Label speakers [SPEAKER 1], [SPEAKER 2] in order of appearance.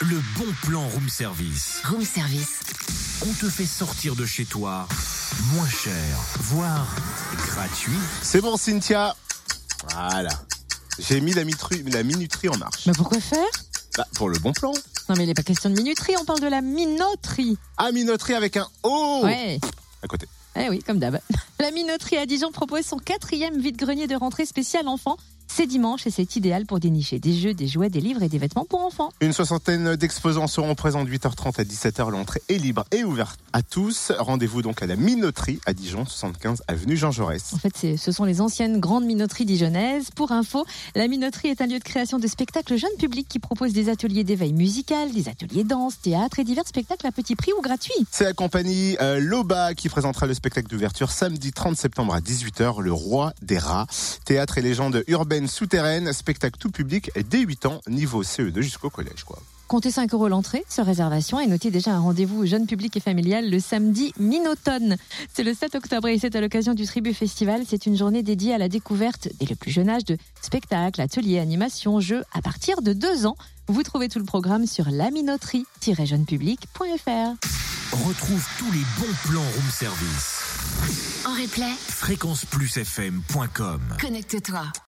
[SPEAKER 1] Le bon plan room service.
[SPEAKER 2] Room service.
[SPEAKER 1] On te fait sortir de chez toi moins cher, voire gratuit.
[SPEAKER 3] C'est bon, Cynthia. Voilà. J'ai mis la, mitru- la minuterie en marche.
[SPEAKER 4] Mais pourquoi faire
[SPEAKER 3] Bah, pour le bon plan.
[SPEAKER 4] Non, mais il n'est pas question de minuterie, on parle de la minoterie.
[SPEAKER 3] Ah, minuterie avec un O
[SPEAKER 2] Oh.
[SPEAKER 4] Ouais.
[SPEAKER 3] à côté.
[SPEAKER 4] Eh oui, comme d'hab. La minoterie à Dijon propose son quatrième vide-grenier de rentrée spécial enfant. C'est dimanche et c'est idéal pour dénicher des jeux, des jouets, des livres et des vêtements pour enfants.
[SPEAKER 3] Une soixantaine d'exposants seront présents de 8h30 à 17h. L'entrée est libre et ouverte à tous. Rendez-vous donc à la minoterie à Dijon, 75 avenue Jean Jaurès.
[SPEAKER 4] En fait, c'est- ce sont les anciennes grandes minoteries dijonnaises. Pour info, la minoterie est un lieu de création de spectacles jeune public qui propose des ateliers d'éveil musical, des ateliers danse, théâtre et divers spectacles à petit prix ou gratuits.
[SPEAKER 3] C'est la compagnie euh, Loba qui présentera le spectacle d'ouverture samedi 30 septembre à 18h, Le Roi des Rats. Théâtre et légende urbaine souterraine, spectacle tout public dès 8 ans, niveau CE2 jusqu'au collège. quoi.
[SPEAKER 4] Comptez 5 euros l'entrée sur réservation et notez déjà un rendez-vous jeune public et familial le samedi minotone. C'est le 7 octobre et c'est à l'occasion du Tribu Festival. C'est une journée dédiée à la découverte dès le plus jeune âge de spectacles, ateliers, animations, jeux à partir de 2 ans. Vous trouvez tout le programme sur laminoterie-jeunepublic.fr.
[SPEAKER 1] Retrouve tous les bons plans room service.
[SPEAKER 2] En replay,
[SPEAKER 1] fréquenceplusfm.com
[SPEAKER 2] connecte-toi.